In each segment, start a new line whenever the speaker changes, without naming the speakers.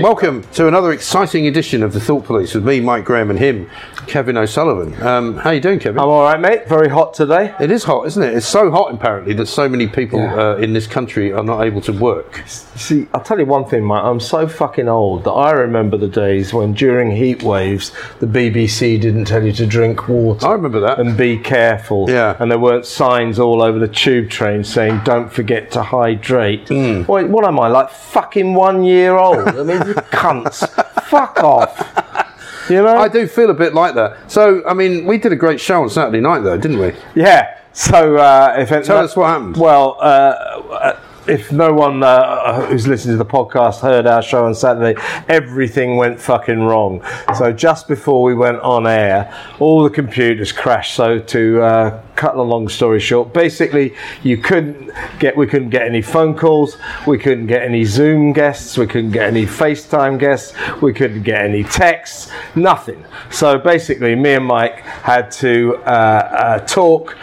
Welcome to another exciting edition of the Thought Police with me, Mike Graham, and him, Kevin O'Sullivan. Um, how you doing, Kevin?
I'm all right, mate. Very hot today.
It is hot, isn't it? It's so hot, apparently, that so many people uh, in this country are not able to work.
See, I'll tell you one thing, mate. I'm so fucking old that I remember the days when during heat waves the BBC didn't tell you to drink water.
I remember that.
And be careful.
Oh. Yeah.
And there weren't signs all over the tube train saying don't forget to hydrate.
Hmm.
Wait, what am I like? Fucking one year old. I mean, you cunts. Fuck off. You know.
I do feel a bit like that. So, I mean, we did a great show on Saturday night, though, didn't we?
Yeah. So uh, if tell
us what happened.
Well, uh, uh, if no one uh, who's listened to the podcast heard our show on Saturday, everything went fucking wrong. So just before we went on air, all the computers crashed. So to uh, cut the long story short, basically you couldn't get we couldn't get any phone calls, we couldn't get any Zoom guests, we couldn't get any FaceTime guests, we couldn't get any texts, nothing. So basically, me and Mike had to uh, uh, talk.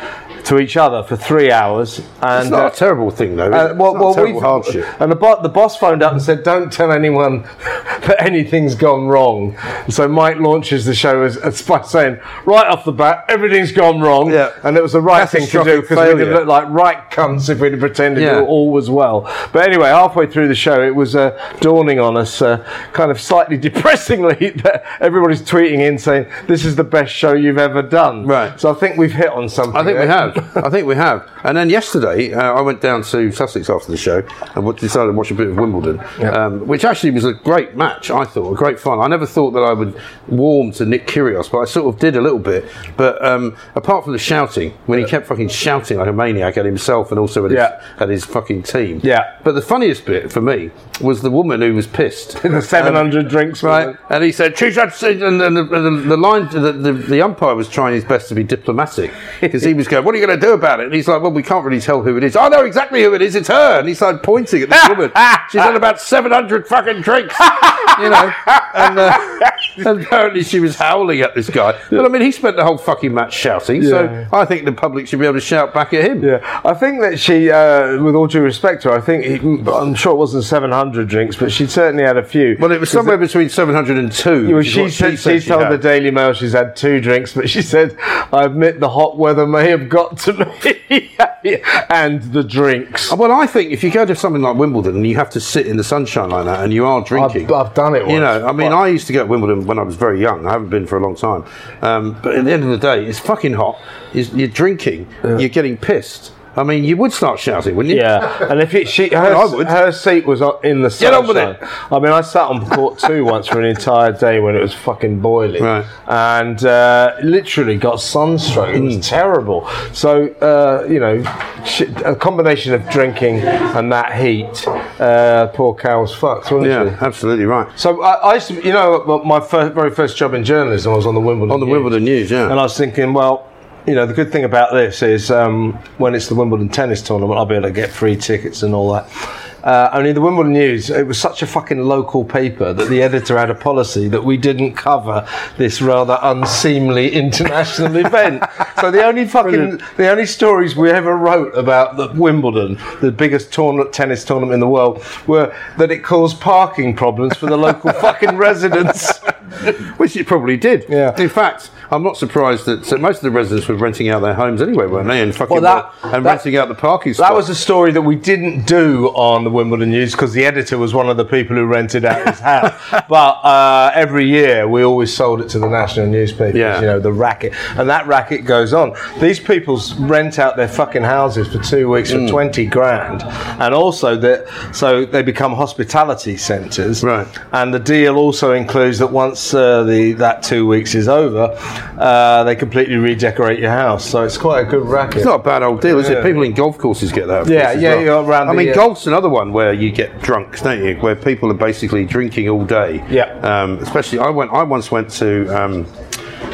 To each other for three hours, and
It's not
uh,
a terrible thing, though. Is
uh,
it?
well,
It's not a
well,
terrible
we've,
hardship.
and the, bo- the boss phoned up and said, "Don't tell anyone that anything's gone wrong." So Mike launches the show as, as by saying, "Right off the bat, everything's gone wrong,"
Yeah.
and it was the right thing to do
Catastrophic
because we'd have
failure.
looked like right cunts if we'd have pretended
Yeah.
all was well. But anyway, halfway through the show, it was uh, dawning on us, uh, kind of slightly depressingly, that everybody's tweeting in saying, "This is the best show you've ever done."
Right.
So I think we've hit on something.
I think we
there.
have. I think we have. And then yesterday, uh, I went down to Sussex after the show and wa- decided to watch a bit of Wimbledon, um, which actually was a great match. I thought a great fun. I never thought that I would warm to Nick Kyrgios, but I sort of did a little bit. But um, apart from the shouting, when he kept fucking shouting like a maniac at himself and also at,
Yeah.
his, at his fucking team.
Yeah.
But the funniest bit for me was the woman who was pissed.
The
Um,
700 drinks,
Right, and he said, "Choose that." And, and, and the, the, the line, the, the, the umpire was trying his best to be diplomatic because he was going, "What are you going to do about it?" And he's like, "Well, we can't really tell who it is." I know exactly who it is. It's her. And he's like pointing at this woman. She's had about seven hundred fucking drinks, you know. And, uh, and apparently, she was howling at this guy. But I mean, he spent the whole fucking match shouting.
Yeah.
So I think the public should be able to shout back at him.
Yeah, I think that she, uh, with all due respect to her, I think he, I'm sure it wasn't 700 drinks, but she certainly had a few.
Well, it was somewhere between seven hundred and two.
Well,
which is
she
what
said she,
said
told
had.
the Daily Mail she's had two drinks, but she said, "I admit the hot weather may have got to me, and the drinks."
Uh, Well, I think if you go to something like Wimbledon and you have to sit in the sunshine like that and you are drinking.
I've done it
You
once.
know, I mean, I used to go to Wimbledon when I was very young. I haven't been for a long time. Um, but at the end of the day, it's fucking hot. It's, you're drinking, you're getting pissed. I mean, you would start shouting, wouldn't you?
Yeah, and if it, she her,
Well, I would.
her seat was o- in the sunshine.
Get on with it.
I mean, I sat on court two once for an entire day when it was fucking boiling,
Right.
and uh, literally got sunstroke. It
Hmm.
was terrible. So uh, you know, sh a combination of drinking and that heat, uh, poor cow was fucked, wasn't she?
Yeah, absolutely right.
So I, I used to, you know, my- my first, very first job in journalism was on the Wimbledon.
On the
News.
Wimbledon news, yeah.
And I was thinking, well, you know, the good thing about this is um, when it's the Wimbledon tennis tournament, I'll be able to get free tickets and all that. Uh, only the Wimbledon News, it was such a fucking local paper that the editor had a policy that we didn't cover this rather unseemly international event. So the only fucking, the only stories we ever wrote about the Wimbledon, the biggest tourna- tennis tournament in the world, were that it caused parking problems for the local fucking residents.
Which it probably did.
Yeah.
In fact, I'm not surprised that so most of the residents were renting out their homes anyway, weren't they? And fucking
Well, that-
and
that-
renting out the parking
That
spot.
was a story that we didn't do on the Wimbledon News because the editor was one of the people who rented out his house. but uh, every year we always sold it to the national newspapers,
Yeah.
you know, the racket. And that racket goes on. These people s- rent out their fucking houses for two weeks
Mm.
for 20 grand. And also, that so they become hospitality centres.
Right.
And the deal also includes that once uh, the the that two weeks is over, uh, they completely redecorate your house. So it's quite a good racket.
It's not a bad old deal, is
Yeah.
it? People in golf courses get that. of
Yeah,
course, as
yeah,
well.
you're around
I
the,
mean,
uh,
golf's another one where you get drunk, don't you? Where people are basically drinking all day.
Yeah.
Um, especially, I went. I once went to um,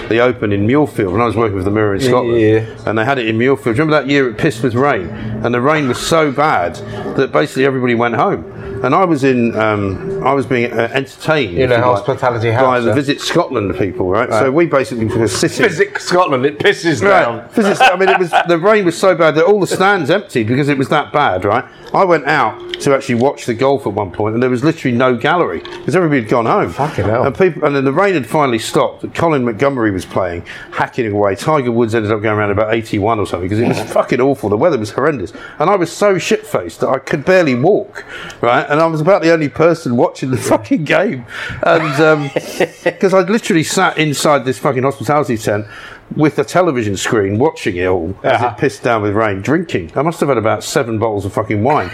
the Open in Muirfield when I was working with the Mirror in Scotland,
Yeah.
and they had it in Muirfield. Remember that year it pissed with rain, and the rain was so bad that basically everybody went home. And I was in, um, I was being uh, entertained
In a
if you like,
hospitality
by
house,
the
yeah.
Visit Scotland people, right? So we basically were sitting.
Visit Scotland, it pisses
Right.
down.
'Cause it's- I mean, it was the rain was so bad that all the stands emptied because it was that bad, right? I went out to actually watch the golf at one point, and there was literally no gallery because everybody had gone home.
Fucking hell.
And people, and then the rain had finally stopped. Colin Montgomery was playing, hacking away. Tiger Woods ended up going around about eighty-one or something because it was fucking awful. The weather was horrendous, and I was so shit-faced that I could barely walk, right? And I was about the only person watching the fucking game, and because I'd literally sat inside this fucking hospitality tent with a television screen watching it all as
Uh-huh.
it pissed down with rain, drinking. I must have had about seven bottles of fucking wine.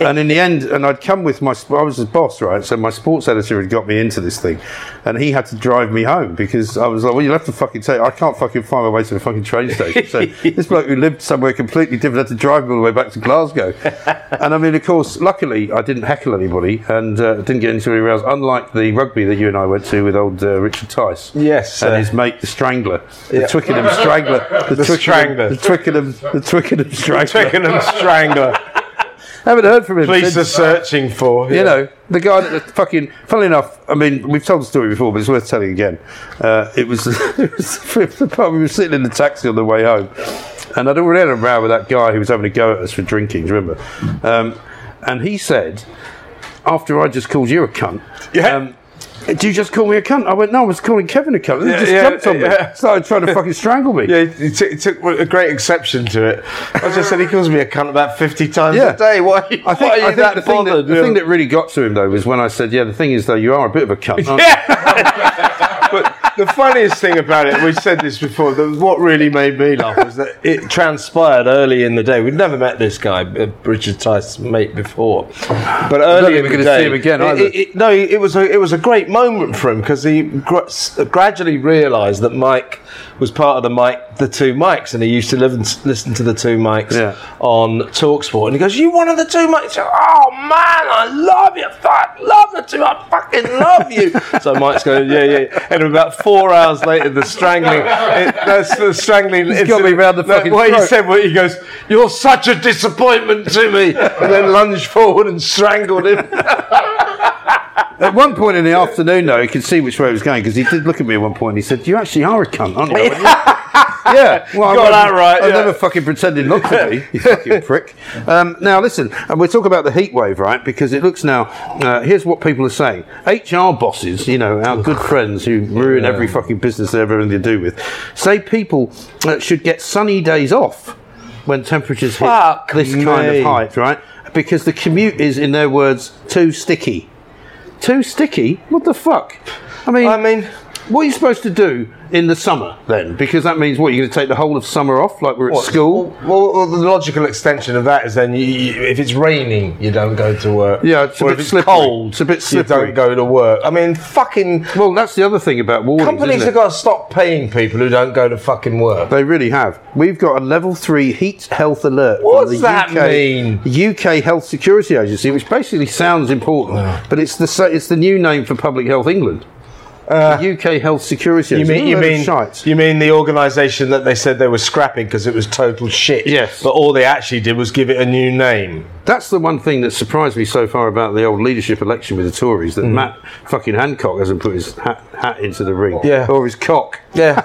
and in the end, and I'd come with my, sp- I was his boss, right? So my sports editor had got me into this thing and he had to drive me home because I was like, well, you'll have to fucking take, I can't fucking find my way to the fucking train station. So this bloke who lived somewhere completely different had to drive me all the way back to Glasgow. and I mean, of course, luckily I didn't heckle anybody and uh, didn't get into any rows, unlike the rugby that you and I went to with old uh, Richard Tice.
Yes,
And
uh,
his mate, the Strangler. The
Yeah.
Twickenham Strangler. The, Twickenham-
Strangler.
The Twickenham, the Twickenham Strangler.
Twickenham Strangler.
Haven't heard from him
Police are
since.
searching for.
You know, the guy that the fucking. Funnily enough, I mean, we've told the story before, but it's worth telling again. Uh, it was it was the part we were sitting in the taxi on the way home, and I'd already had a row with that guy who was having a go at us for drinking. Do you remember? Um, and he said, after I just called you a cunt.
Yeah.
Um, did you just call me a cunt? I went, no, I was calling Kevin a cunt. And he just
yeah,
jumped on me.
yeah.
Started trying to fucking strangle me.
Yeah, he, t- he took a great exception to it. I just said he calls me a cunt about 50 times
Yeah.
a day. Why, are you-
I think,
why are you
I think
that
the, thing that,
bothered?
the
Yeah.
thing that really got to him though was when I said, "Yeah, the thing is though, you are a bit of a cunt." aren't you?"
Yeah. but the funniest thing about it, we said this before, that what really made me laugh was that it transpired early in the day. We'd never met this guy, uh, Richard Tice's mate, before. But early
think we're
in
gonna see
the day,
him again
it-
either.
it- it- no, it was a it was a great moment for him because he gr- s- gradually realised that Mike was part of the mic, the two mics, and he used to live and s- listen to the two mics
Yeah.
on Talksport. And he goes, "You one of the two mics?" He goes, oh man, I love you, fuck, love the two, I fucking love you. so Mike's going, "Yeah, yeah." And about four hours later, the strangling, it, that's the strangling. It's
got me round the fucking
What he
throat.
said, what he goes, "You're such a disappointment to me," and then lunged forward and strangled him.
At one point in the afternoon, though, he could see which way it was going because he did look at me at one point and he said, "You actually are a cunt, aren't you?" I went, yeah. yeah. Well, I
Got that
wasn't-
right,
I
yeah.
never fucking pretended not to be. You fucking prick. Um, now listen, and we're talking about the heat wave, right? Because it looks now. Uh, here's what people are saying: HR bosses, you know, our good friends who ruin every fucking business they have everything to do with, say people uh, should get sunny days off when temperatures hit
Fuck
this kind
me.
of height, right? Because the commute is, in their words, too sticky too sticky. What the fuck? I mean,
I mean-
what are you supposed to do in the summer then? Because that means what you're going to take the whole of summer off, like we're at school.
Well, well, the logical extension of that is then you, you, if it's raining, you don't go to work.
Yeah, it's a
or
bit
if it's
slippery.
cold,
It's a bit slippery.
you don't go to work. I mean, fucking
Well, that's the other thing about warnings.
companies
isn't it?
have got to stop paying people who don't go to fucking work.
They really have. We've got a level three heat health alert. from
What's
the
that
UK,
mean?
UK Health Security Agency, which basically sounds important, but it's the sa- it's the new name for Public Health England. The UK Health Security.
Uh, You
Agency.
mean you
What a load of
mean
shite.
you mean the organisation that they said they were scrapping because it was total shit.
Yes.
but all they actually did was give it a new name.
That's the one thing that surprised me so far about the old leadership election with the Tories
Mm-hmm.
that Matt fucking Hancock hasn't put his hat, hat into the ring.
Yeah.
Or his cock.
Yeah,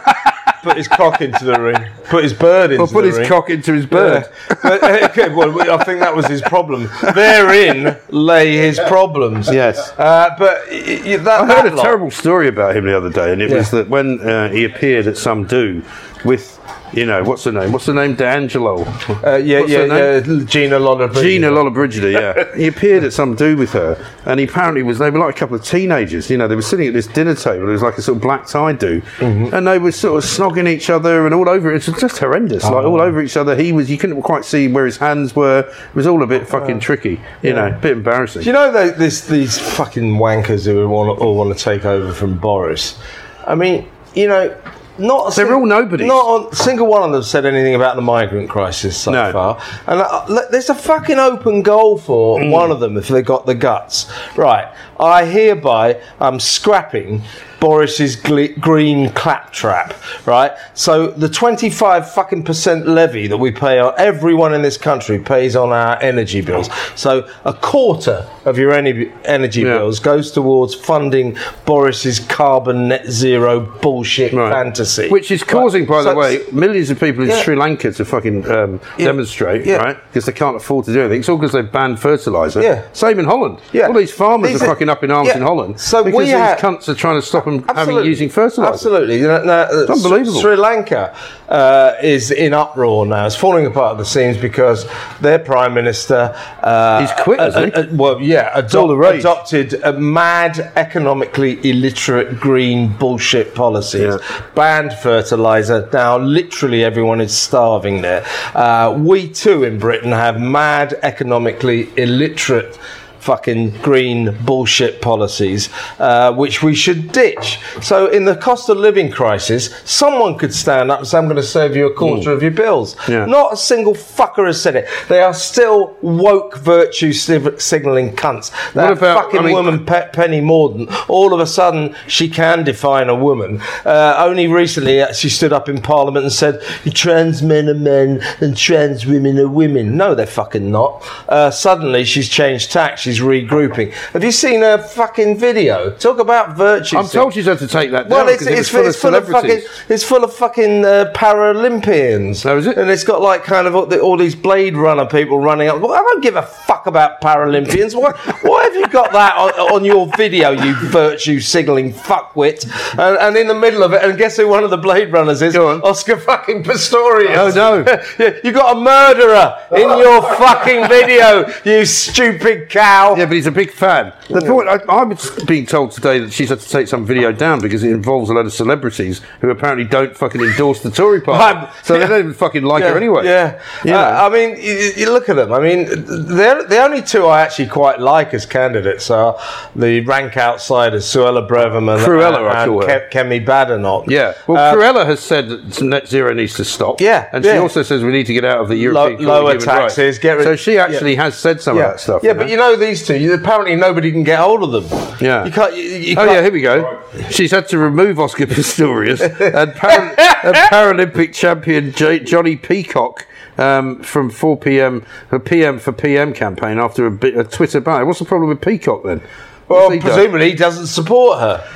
put his cock into the ring. Put his bird into
Or put
the
his
ring.
cock into his bird.
But, uh, okay, well, I think that was his problem. Therein lay his problems.
Yes.
Uh, but y- y- that,
I heard
that
a
lot-
terrible story about him the other day, and it was that when uh, he appeared at some do with, you know, what's her name? What's her name? D'Angelo.
Uh, yeah,
What's
yeah,
her
yeah.
name?
Gina Lollobrigida.
Gina Lollobrigida, yeah. he appeared at some do with her, and he apparently was, they were like a couple of teenagers, you know, they were sitting at this dinner table, it was like a sort of black tie do, and they were sort of snogging each other and all over, it was just horrendous, like all over each other, he was, you couldn't quite see where his hands were, it was all a bit fucking tricky, you know, a bit embarrassing.
Do you know tho- this, these fucking wankers who want, all want to take over from Boris? I mean, you know, not a
They're all nobodies.
Not on, single one of them said anything about the migrant crisis so
No.
far. And uh, look, there's a fucking open goal for
Mm.
one of them if they got the guts. Right, I hereby am scrapping Boris's gle- green claptrap. Right, so the 25 fucking percent levy that we pay on everyone in this country pays on our energy bills. So a quarter of your ener- energy
Yeah.
bills goes towards funding Boris's carbon net zero bullshit
Right.
fantasy,
Which is causing, by
Right.
the
So-
way, millions of people in
Yeah.
Sri Lanka to fucking um, demonstrate,
Yeah.
right? Because they can't afford to do anything. It's all because they've banned fertilizer.
Yeah.
Same in Holland.
Yeah.
All these farmers
These
are
are-
fucking up in arms
yeah.
in Holland
So
because
we
these
ha-
cunts are trying to stop them having
Absolutely.
using fertilizer.
Absolutely. No, no, uh, S-
unbelievable.
Sri Lanka uh, is in uproar now. It's falling apart at the seams because their prime minister. Uh,
He's quit,
uh,
hasn't he?
uh, uh, well, yeah,
all the
adopt,
rage.
adopted a mad, economically illiterate green bullshit policies.
Yeah.
Banned fertilizer. Now, literally, everyone is starving there. Uh, we too in Britain have mad, economically illiterate fucking green bullshit policies, uh, which we should ditch. So, in the cost of living crisis, someone could stand up and say, I'm going to save you a quarter of your bills.
Mm. Yeah.
Not a single fucker has said it. They are still woke virtue sig- signalling cunts. That
What about-
fucking
I mean-
woman, Pe- Penny Morden, all of a sudden she can define a woman. Uh, only recently uh, she stood up in Parliament and said, trans men are men and trans women are women. No, they're fucking not. Uh, suddenly she's changed tack, she's regrouping. Have you seen her fucking video? Talk about virtue.
I'm told she's had to take that down
Well, it's,
because it was
it's,
full
it's
of
full of fucking
celebrities.
it's full of fucking uh, Paralympians.
Oh, is it?
And it's got like kind of all, the, all these Blade Runner people running up. Well, I don't give a fuck about Paralympians. Why, why have you got that on, on your video, you virtue signalling fuckwit? And, and in the middle of it, and guess who one of the Blade Runners is?
Go on.
Oscar fucking Pistorius.
Oh, no.
Yeah, you got a murderer in your fucking video, you stupid cow.
Yeah, but he's a big fan. The point I, I was being told today that she's had to take some video down because it involves a lot of celebrities who apparently don't fucking endorse the Tory party,
Right.
so they don't even fucking like her anyway.
Yeah.
You know.
Uh, I mean, you, you look at them. I mean, they're the only two I actually quite like as candidates are the rank outsiders, Suella Breverman
Cruella,
and,
I call her.
Ke- Kemi Badenoch.
Yeah. Well,
Uh,
Cruella has said that net zero needs to stop.
Yeah,
And she
yeah.
also says we need to get out of the European Court of
lower
Human Rights.
taxes, get rid-
So she actually has said some
yeah.
of that stuff.
yeah, but you know these two. You, apparently, nobody can get hold of them.
Yeah.
you can't. You, you
Oh
can't-
yeah, here we go. She's had to remove Oscar Pistorius and, para- and Paralympic champion J- Johnny Peacock um, from 4 p.m. her PM for PM campaign after a, bit, a Twitter ban. What's the problem with Peacock then?
Well,
What's he done?
presumably he doesn't support her.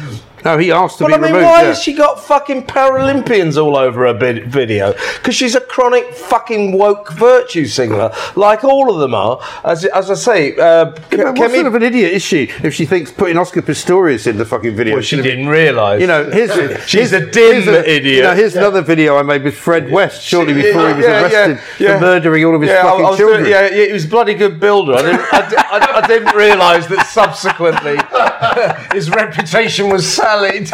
no, he asked to
Well,
be
I mean,
removed.
why
yeah.
has she got fucking Paralympians all over her vid- video? Because she's a chronic fucking woke virtue signaler, like all of them are. As, as I say, uh, Ke-
What
Kemi-
sort of an idiot is she if she thinks putting Oscar Pistorius in the fucking video?
Well,
is
she
gonna be-
didn't realise.
You know, here's
She's
here's-
a dim
here's
idiot.
You know, here's another video I made with Fred West shortly before he was
Yeah, yeah,
arrested
yeah.
for murdering all of his
Yeah, I- I
fucking
was doing-
children.
yeah, yeah, he was a bloody good builder. I didn't, I, di- I- I didn't realise that subsequently his reputation was sullied.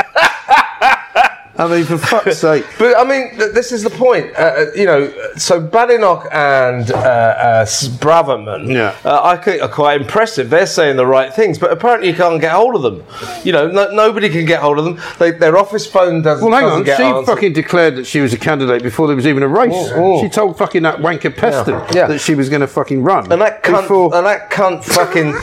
I mean, for fuck's sake.
But I mean, th- this is the point. Uh, Uh, you know, so Badenoch and uh, uh, S- Braverman,
Yeah.
uh, I think are quite impressive. They're saying the right things, but apparently you can't get hold of them. You know, no, nobody can get hold of them. They, their office phone doesn't.
Well, hang
doesn't
on. She
Get answered.
fucking declared that she was a candidate before there was even a race.
Oh, oh.
She told fucking that wanker Peston
Yeah.
that she was going to fucking run.
And that cunt,
before-
and that cunt fucking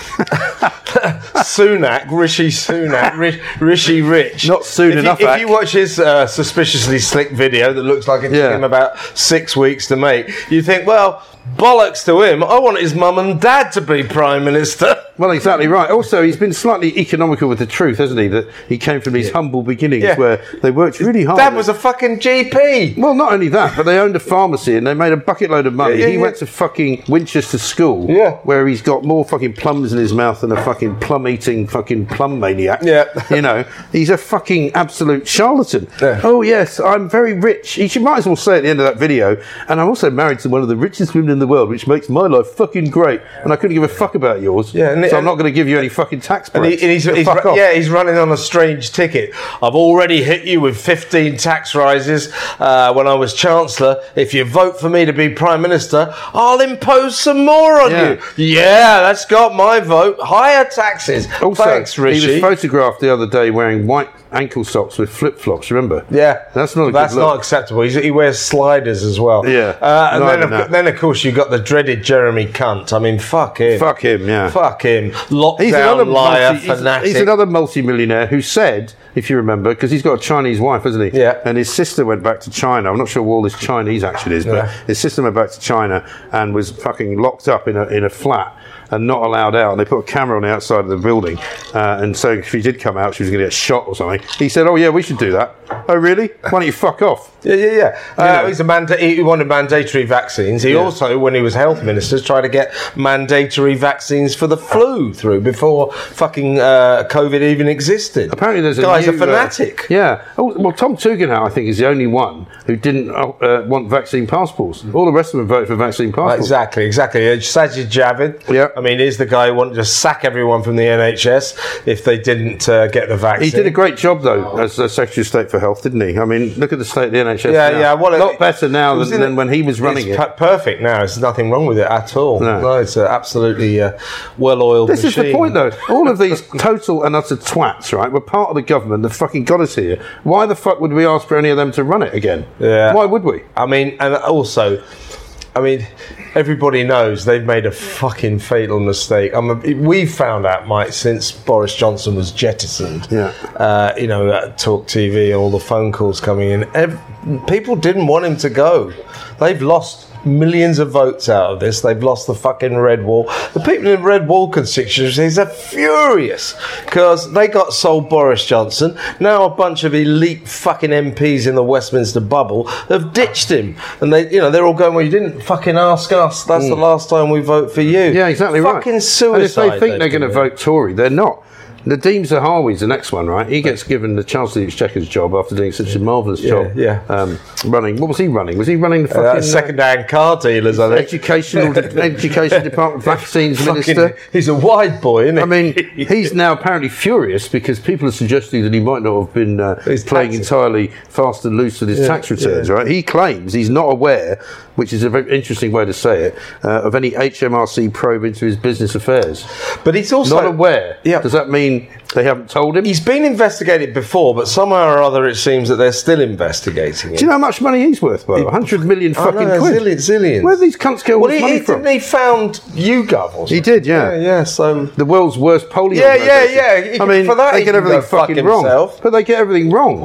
Sunak, Rishi Sunak, Rish, Rishi Rich.
Not soon
if
enough,
You, if
Ak.
you watch his uh, suspiciously slick video that looks like it took
Yeah.
him about six weeks to make, you think, well, bollocks to him. I want his mum and dad to be prime minister.
Well, exactly right. Also, he's been slightly economical with the truth, hasn't he? That he came from these humble beginnings
Yeah.
where they worked really hard.
Dad was a fucking GP.
Well, not only that, but they owned a pharmacy and they made a bucket load of money.
Yeah, yeah,
he
yeah.
went to fucking Winchester School,
Yeah.
where he's got more fucking plums in his mouth than a fucking plum eating fucking plum maniac.
Yeah.
you know, he's a fucking absolute charlatan.
Yeah.
Oh yes, I'm very rich. He should might as well say at the end of that video, and I'm also married to one of the richest women in the world, which makes my life fucking great. And I couldn't give a fuck about yours.
Yeah, and it-
so I'm not going to give you any fucking tax
And, he,
breaks.
and he's,
So
he's,
fuck off.
yeah, he's running on a strange ticket. I've already hit you with 15 tax rises uh, when I was Chancellor. If you vote for me to be Prime Minister, I'll impose some more on
Yeah.
you. Yeah, that's got my vote. Higher taxes.
Also,
Thanks, Rishi.
he was photographed the other day wearing white ankle socks with flip flops. Remember?
yeah,
that's not a
that's
good
not
look.
acceptable. He's, he wears sliders as well.
Yeah,
uh, and
no,
then,
no.
of, then of course you got the dreaded Jeremy Cunt. I mean, fuck him.
Fuck him, yeah.
Fuck him. Lockdown
He's another
liar,
multi, he's,
fanatic.
he's another multimillionaire who said, if you remember, because he's got a Chinese wife, hasn't he?
Yeah.
And his sister went back to China. I'm not sure what all this Chinese action is, but
Yeah.
his sister went back to China and was fucking locked up in a in a flat and not allowed out. And they put a camera on the outside of the building, uh, and so if she did come out, she was going to get shot or something. He said, "Oh yeah, we should do that." Oh really? Why don't you fuck off?
Yeah, yeah, yeah. Uh,
know.
he's a manda- he wanted mandatory vaccines. He also, when he was health minister, tried to get mandatory vaccines for the flu through before fucking uh, COVID even existed.
Apparently, there's a
guy's
new,
a
uh,
fanatic.
yeah. Oh, well, Tom Tugendhat, I think, is the only one who didn't uh, uh, want vaccine passports. All the rest of them voted for vaccine passports.
Exactly, exactly. Uh, Sajid Javid.
Yeah.
I mean, he's the guy who wanted to sack everyone from the NHS if they didn't uh, get the vaccine.
He did a great job, though, as the Secretary of State for Health, didn't he? I mean, look at the state of the NHS.
Yeah,
now.
yeah. Well,
a
it-
lot better now
it was
than,
in a-
than when he was running it.
it's per- perfect now. There's nothing wrong with it at all.
No.
it's a absolutely uh, well-oiled
This is the
machine.
point, though. All of these total and utter twats, right? We're part of the government that fucking got us here. Why the fuck would we ask for any of them to run it again?
Yeah.
Why would we?
I mean, and also, I mean, everybody knows they've made a fucking fatal mistake. I mean, we found out, Mike, since Boris Johnson was jettisoned.
Yeah.
Uh, you know, at Talk TV, all the phone calls coming in. Ev- people didn't want him to go. They've lost millions of votes out of this. They've lost the fucking Red Wall. The people in Red Wall constituencies are furious because they got sold Boris Johnson. Now a bunch of elite fucking MPs in the Westminster bubble have ditched him, and they, you know, they're all going, "Well, you didn't fucking ask us. That's the last time we vote for you."
Mm. Yeah, exactly right.
Fucking suicide.
And if they think they're going to
do.
vote Tory, they're not. Nadeem Zahawi's the next one, right? He gets given the Chancellor of the Exchequer's job after doing such a marvellous job.
yeah.
Um, running. What was he running? Was he running the fucking
Uh, second-hand car dealers, I
uh,
think.
educational education department vaccines minister?
Fucking- he's a wide boy, isn't he?
I mean, he's now apparently furious because people are suggesting that he might not have been uh,
His
playing
taxes.
entirely fast and loose with his tax returns, right? He claims he's not aware, which is a very interesting way to say it, uh, of any HMRC probe into his business affairs.
but he's also
Not aware.
Yeah.
Does that mean they haven't told him?
He's been investigated before, but somehow or other, it seems that they're still investigating it.
Do you know how much money he's worth, by the way? 100 million
I know,
fucking quid.
zillions, zillions.
Where do these cunts get all
well,
this
he,
money
he,
from?
Didn't he found YouGov or something?
He did, yeah.
Yeah, yeah, so...
The world's worst polling
Yeah, yeah,
organisation.
yeah. He
I
can-
mean,
for that
they
he
get
can
everything
go fuck
fucking
himself.
wrong. But they get everything wrong.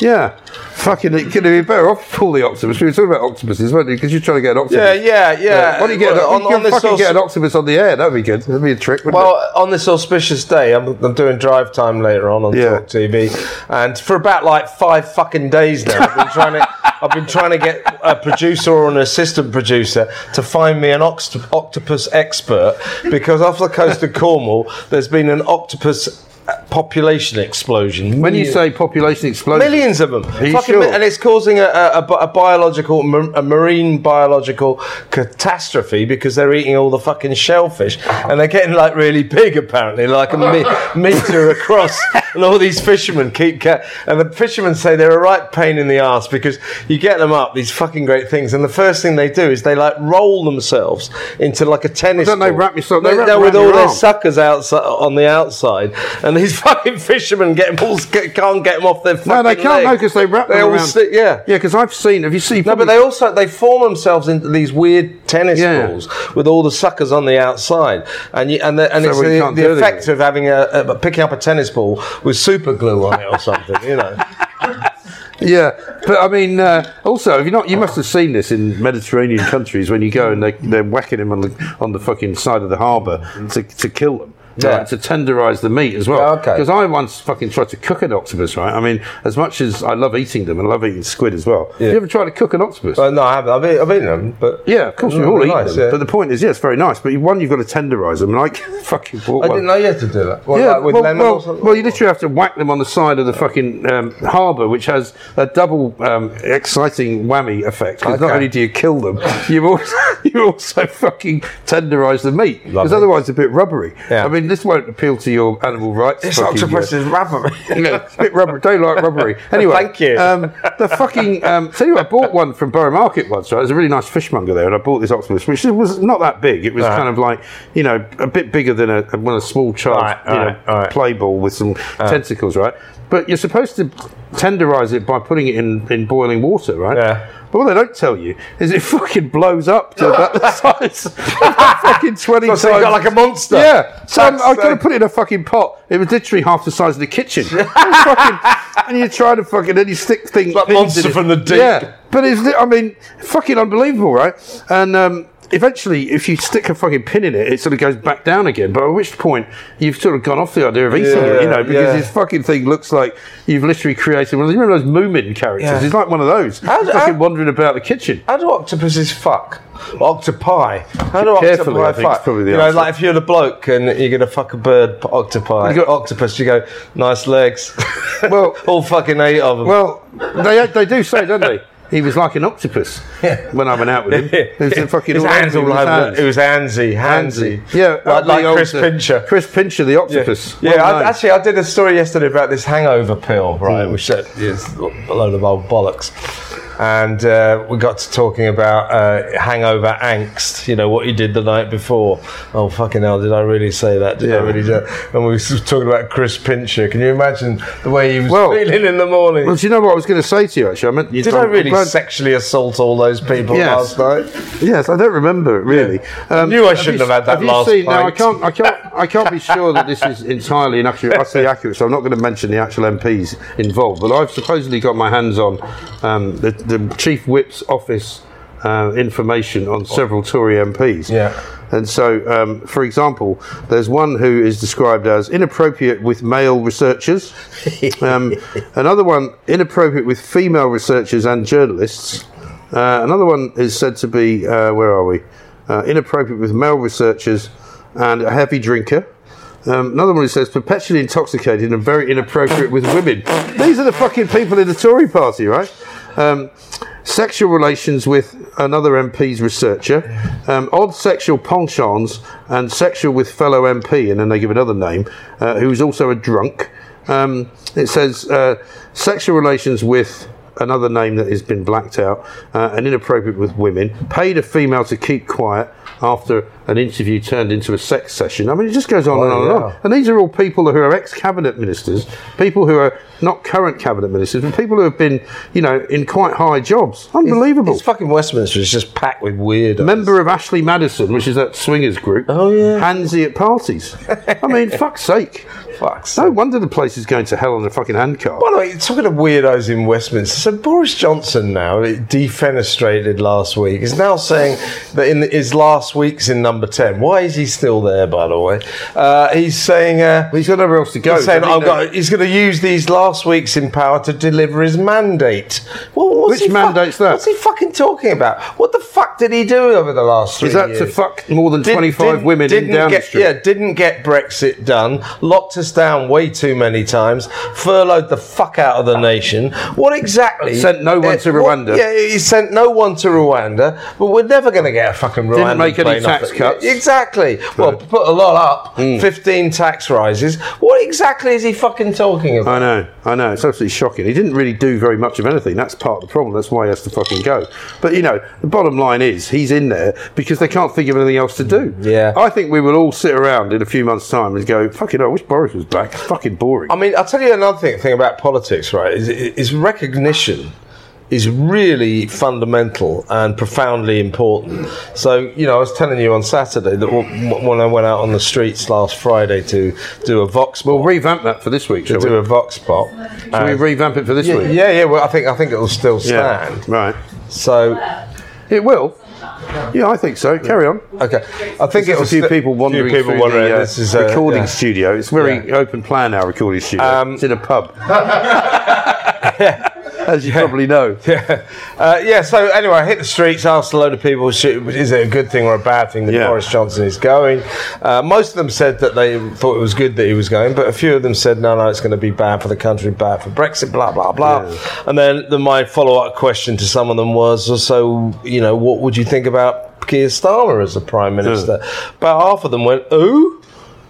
Yeah. Fucking, it could be better off Paul the octopus. We were talking about octopuses, weren't we? Because you're trying to get an octopus.
Yeah, yeah, yeah.
Why do you get? an,
Well, on-
you
on
can
this
fucking
source-
get an octopus on the air. That'd be good. That'd be a trick. Wouldn't
Well, on this auspicious day, I'm, I'm doing drive time later on on
Yeah.
Talk TV, and for about like five fucking days now, I've been trying to, I've been trying to get a producer or an assistant producer to find me an oct- octopus expert because off the coast of Cornwall, there's been an octopus uh, population explosion.
it? when you say population explosion,
Millions of them,
you
Fucking
sure?
mi- and it's causing a, a, a bi- a biological, mar- a marine biological catastrophe because they're eating all the fucking shellfish, and they're getting like really big apparently, like a me- meter across. And all these fishermen keep, ca- and the fishermen say they're a right pain in the ass because you get them up these fucking great things, and the first thing they do is they like roll themselves into like a tennis.
Don't they
ball.
wrap yourself- they
They're,
wrap
they're with
around
all
your
their
arm.
suckers outside on the outside, and these fucking fishermen get them all, can't get them off their.
No, they
fucking
can't
leg.
know because they wrap
They
them
all
around.
sit- yeah.
yeah. Because I've seen. Have you seen?
No, but they also they form themselves into these weird tennis
Yeah.
balls with all the suckers on the outside, and you, and the, and
So
it's
we
the,
can't
the
do it
effect of having a, a picking up a tennis ball with super glue on it or something, you know.
Yeah, but I mean, uh, also, have you not? You must have seen this in Mediterranean countries when you go and they, they're whacking him on the on the fucking side of the harbour to, to kill them. right,
Yeah.
to tenderize the meat as well.
Okay.
Because I once fucking tried to cook an octopus, right? I mean, as much as I love eating them and I love eating squid as well, you ever try to cook an octopus?
Well, no, I haven't. I've, eat, I've eaten them, but
yeah, of course,
Mm,
we've all
they're
eaten
nice,
them.
yeah.
But the point is, yeah, it's very nice. But one, you've got to tenderize them, and I can't fucking bought
I
one.
didn't know you had to do that. What, like with
well,
lemon
well,
or something?
well, you literally have to whack them on the side of the fucking um, harbour, which has a double um, exciting whammy effect. 'cause not
Okay.
only do you kill them, you also, you also fucking tenderise the meat. Because
Lovely.
otherwise, it's a bit rubbery.
Yeah.
I mean, this won't appeal to your animal rights.
it's
fucking, uh,
octopus is rubber.
no, it's a bit rubbery. Don't like rubbery. Anyway,
Thank you.
Um, the fucking um, tell you, what, I bought one from Borough Market once. Right, there's a really nice fishmonger there, and I bought this octopus, which was not that big. It was
Uh-huh.
kind of like you know a bit bigger than a one of a small child
Right,
you know,
right, right. Uh,
play ball with some tentacles, right? But you're supposed to tenderize it by putting it in, in boiling water, right?
Yeah.
But what they don't tell you is it fucking blows up to about the size of a fucking 20
So you
times-
got like a monster.
yeah. So I'm,
That's
I've got to
so-
put it in a fucking pot. It was literally half the size of the kitchen. It was fucking, and you try to fucking, then you stick things.
like
pins in
Monster
it.
from the Deep.
Yeah. But it's, li- I mean, fucking unbelievable, right? And um, eventually, if you stick a fucking pin in it, it sort of goes back down again. But at which point, you've sort of gone off the idea of eating it, you know, because
yeah.
this fucking thing looks like you've literally created one of those, you remember those Moomin characters?
Yeah.
It's like one of those.
How-
fucking
how-
wandering about the kitchen.
How do octopuses fuck? Octopi. How do
Carefully, I
octopi
think, is
fuck?
probably the
you know,
answer.
like if you're the bloke and you're gonna fuck a bird, p- octopi,
You got-
octopus, you go nice legs.
Well-
all fucking eight of them.
Well, they, they do say, don't they? He was like an octopus when I went out with him. He was fucking
his
all
hands
over
all
his
over.
hands.
the- It was Hansy, Hansy.
Yeah,
like,
the
like
old,
Chris
uh,
Pincher.
Chris Pincher, the octopus.
Yeah,
Well
I,
known.
actually, I did a story yesterday about this hangover pill, right?
Hmm.
Which uh, is a load of old bollocks. And uh, we got to talking about uh, hangover angst, you know, what you did the night before. Oh, fucking hell, did I really say that? Did I
Yeah.
really do that? And we were sort of talking about Chris Pincher. Can you imagine the way he was
Well-
feeling in the morning?
Well, do you know what I was going to say to you? Actually, I meant you.
did I really sexually assault all those people
Yes.
last night?
Yes, I don't remember it really. Um,
knew I
have
shouldn't
you-
have had that
you
last
seen- Now I
pint.
can't, I can't, I can't be sure that this is entirely and actually utterly accurate. So I'm not going to mention the actual MPs involved. But I've supposedly got my hands on um, the, the chief whip's office uh, information on several Tory MPs.
Yeah.
And so, um, for example, there's one who is described as inappropriate with male researchers. Um, another one inappropriate with female researchers and journalists. Uh, another one is said to be uh, where are we? Uh, inappropriate with male researchers and a heavy drinker. Um, another one who says perpetually intoxicated and very inappropriate with women. These are the fucking people in the Tory party, right? Um, sexual relations with another MP's researcher, um, odd sexual penchants, and sexual with fellow MP, and then they give another name, uh, who's also a drunk. Um, it says uh, sexual relations with another name that has been blacked out uh, and inappropriate with women, paid a female to keep quiet after an interview turned into a sex session. I mean, it just goes on and on and on.
yeah.
And these are all people who are ex cabinet ministers, people who are not current cabinet ministers, but people who have been, you know, in quite high jobs. Unbelievable.
It's fucking Westminster. It's just packed with weirdos.
Member of Ashley Madison, which is that swingers group.
Oh, yeah.
Handsy at parties. I mean, fuck's sake.
Fuck's
No wonder the place is going to hell on a fucking handcart.
By the way, talking of weirdos in Westminster, so Boris Johnson now defenestrated last week is now saying that in his last weeks in Number Ten. Why is he still there? By the way, uh, he's saying. Uh,
He's got nowhere else to go.
He's saying,
doesn't
I've
he?
got, he's going to use these last weeks in power to deliver his mandate. Well, what's
Which
he
mandate's that?
What's he fucking talking about? What the fuck did he do over the last three
Is that
years?
to fuck more than
Did-
25
didn't-
women in
didn't
Downing
get,
Street?
Yeah, didn't get Brexit done, locked us down way too many times, furloughed the fuck out of the nation. What exactly?
Sent no one
eh,
to
what-
Rwanda.
yeah, he sent no one to Rwanda, but we're never going to get a fucking Rwanda.
make any tax cuts. Hmm.
Exactly. Well, put a lot up, 15 tax rises. What exactly is he fucking talking about?
I know, I know. It's absolutely shocking. He didn't really do very much of anything. That's part of the problem. That's why he has to fucking go. But you know, the bottom line is he's in there because they can't think of anything else to do.
Yeah.
I think we will all sit around in a few months' time and go, "Fucking hell, I wish Boris was back. It's fucking boring."
I mean, I'll tell you another thing, thing about politics, right? Is, is recognition is really fundamental and profoundly important. So, you know, I was telling you on Saturday that w- when I went out on the streets last Friday to do a vox pop,
we'll revamp that for this week, shall
do
we?
a vox pop.
Shall we revamp it for this week?
Yeah, yeah. Well, I think I think it'll still stand.
Right.
So,
It will. Yeah, I think so. Carry on.
Okay, I think it
There's a
was
few
the-
people wandering
few people
through
wandering.
the uh,
this is uh,
recording
yeah.
studio. It's very
Yeah.
open plan, our recording studio.
Um,
it's in a pub. As you probably know.
Yeah. Uh, yeah, so anyway, I hit the streets, asked a load of people, "Should- is it a good thing or a bad thing that
Yeah.
Boris Johnson is going? Uh, most of them said that they thought it was good that he was going, but a few of them said, no, no, it's going to be bad for the country, bad for Brexit, blah, blah, blah. And then the, my follow up question to some of them was, so, you know, what would you think about Keir Starmer as the Prime Minister? About half of them went, ooh,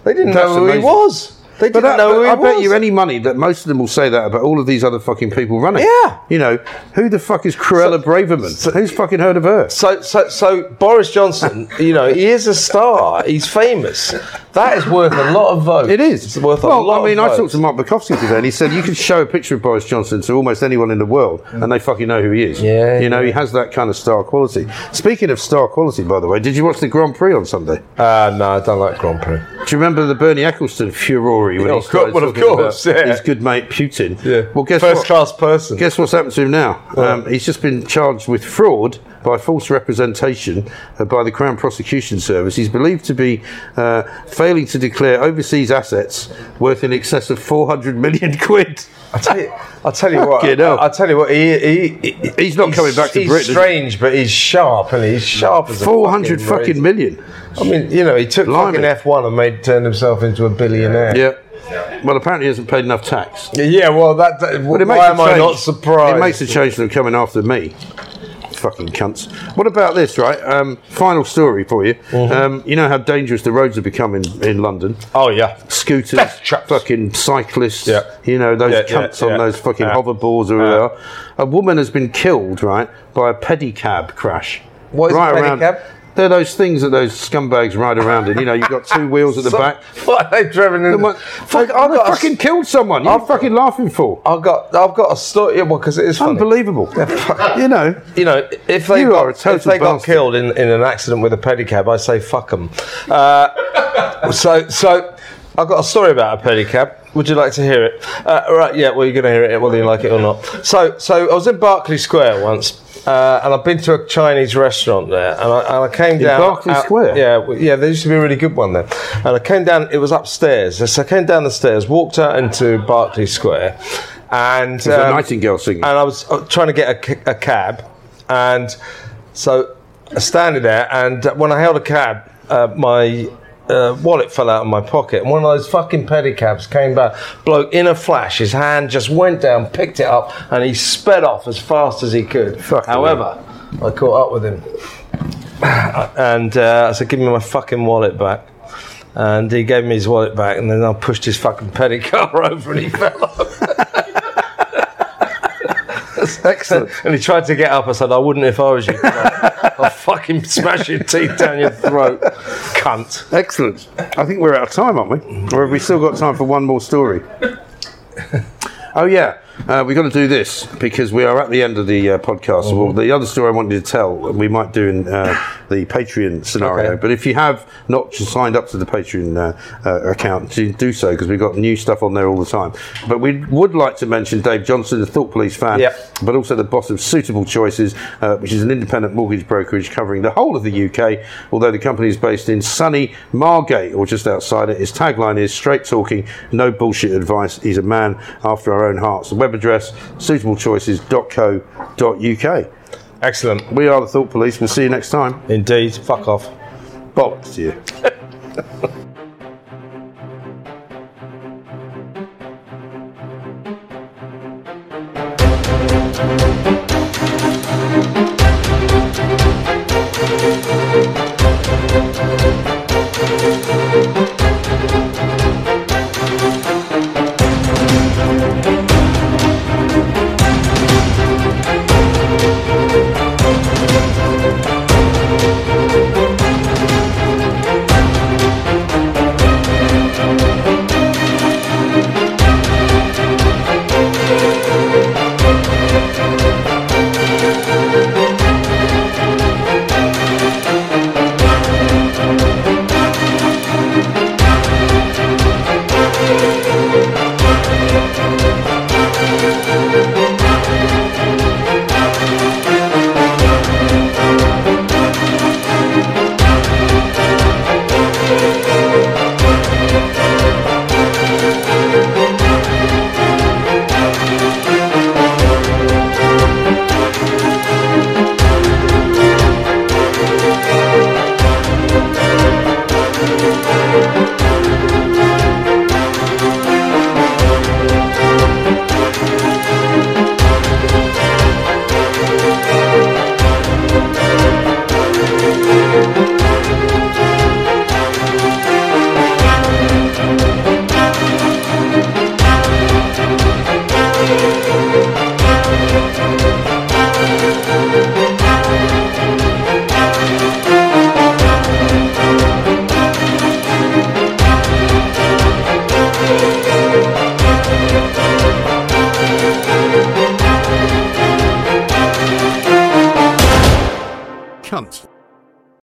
they didn't
That's
know who
amazing.
he was. They
But that,
didn't know
but
who he
I
was.
bet you any money that most of them will say that about all of these other fucking people running.
Yeah.
You know, who the fuck is Cruella Braverman? Who's fucking heard of her?
So, so, so Boris Johnson, you know, he is a star. He's famous. That is worth a lot of votes.
It is.
It's worth
well,
a lot.
I mean,
of
I
votes.
talked to Mark Bukowski today, and he said you can show a picture of Boris Johnson to almost anyone in the world, and they fucking know who he is.
Yeah,
you know, he has that kind of star quality. Speaking of star quality, by the way, did you watch the Grand Prix on Sunday?
Uh, no, I don't like Grand Prix.
Do you remember the Bernie Ecclestone furore when
Yeah,
he
of course-
started
well, of
talking
course,
about
yeah.
his good mate Putin?
Yeah.
Well, guess
First
what?
class person.
Guess what's happened to him now? Um, he's just been charged with fraud by false representation uh, by the Crown Prosecution Service. He's believed to be uh, failing to declare overseas assets worth in excess of 400 million quid.
I tell you, I tell you what.
Fucking hell.
I, I tell you what. He, he, he-
He's not coming back to
he's
Britain.
strange, but he's sharp, and he's sharp as a
400 fucking
fucking
million.
razor. I mean, you know, he took
Blimey.
fucking F one and made turned himself into a billionaire.
Yeah. Well, apparently he hasn't paid enough tax.
Yeah, well, that. that
But it makes
why
a
am I
change.
not surprised?
It makes a change them coming after me. Fucking cunts. What about this, right? Um, final story for you.
Mm-hmm.
Um, you know how dangerous the roads have become in, in London?
oh yeah,
Scooters,
Death traps.
fucking cyclists,
Yeah.
you know, those
Yeah, yeah,
cunts on
yeah.
those fucking
Yeah.
hoverboards or whatever. A woman has been killed, right, by a pedicab crash.
What is a
right around-
pedicab?
They're those things that those scumbags ride around in. You know, you've got two wheels at the
So-
back.
What are they driving in?
They went,
Fuck, I've
they
got a s-
fucking killed someone. You're fucking laughing for.
I've got I've got a story. Yeah, well, because it is funny.
Unbelievable. you know.
You know, if they
You
got,
are a total
if they got
bastard.
killed in, in an accident with a pedicab, I say fuck them. Uh, so so I've got a story about a pedicab. Would you like to hear it? Uh, right, yeah. Well, you're going to hear it whether you like it or not. So so I was in Berkeley Square once. Uh, and I've been to a Chinese restaurant there, and I, and I came down
Berkeley
out-
Square?
Yeah, w- yeah, there used to be a really good one there. And I came down; it was upstairs. So I came down the stairs, walked out into Berkeley Square, and
The
um,
nightingale singing.
and I was uh, trying to get a, ca- a cab, and so I standing there, and when I held a cab, uh, my uh, wallet fell out of my pocket, and one of those fucking pedicabs came back. Bloke in a flash, his hand just went down, picked it up, and he sped off as fast as he could.
Fucking
However, I caught up with him, and uh, I said, "Give me my fucking wallet back." And he gave me his wallet back, and then I pushed his fucking pedicab over, and he fell off.
Excellent.
And he tried to get up. I said, I wouldn't if I was you. I'll fucking smash your teeth down your throat. Cunt.
Excellent. I think we're out of time, aren't we? Or have we still got time for one more story? oh, yeah. Uh, we've got to do this because we are at the end of the uh, podcast. Well, the other story I wanted to tell, we might do in uh, the Patreon scenario.
Okay.
But if you have not just signed up to the Patreon uh, uh, account, do, do so because we've got new stuff on there all the time. But we would like to mention Dave Johnson, the Thought Police fan,
Yep.
but also the boss of Suitable Choices, uh, which is an independent mortgage brokerage covering the whole of the UK, although the company is based in sunny Margate or just outside it. His tagline is straight talking, no bullshit advice. He's a man after our own hearts. The web address, suitablechoices.co.uk.
Excellent.
We are the Thought Police. We'll see you next time.
Indeed. Fuck off.
Bollocks to you.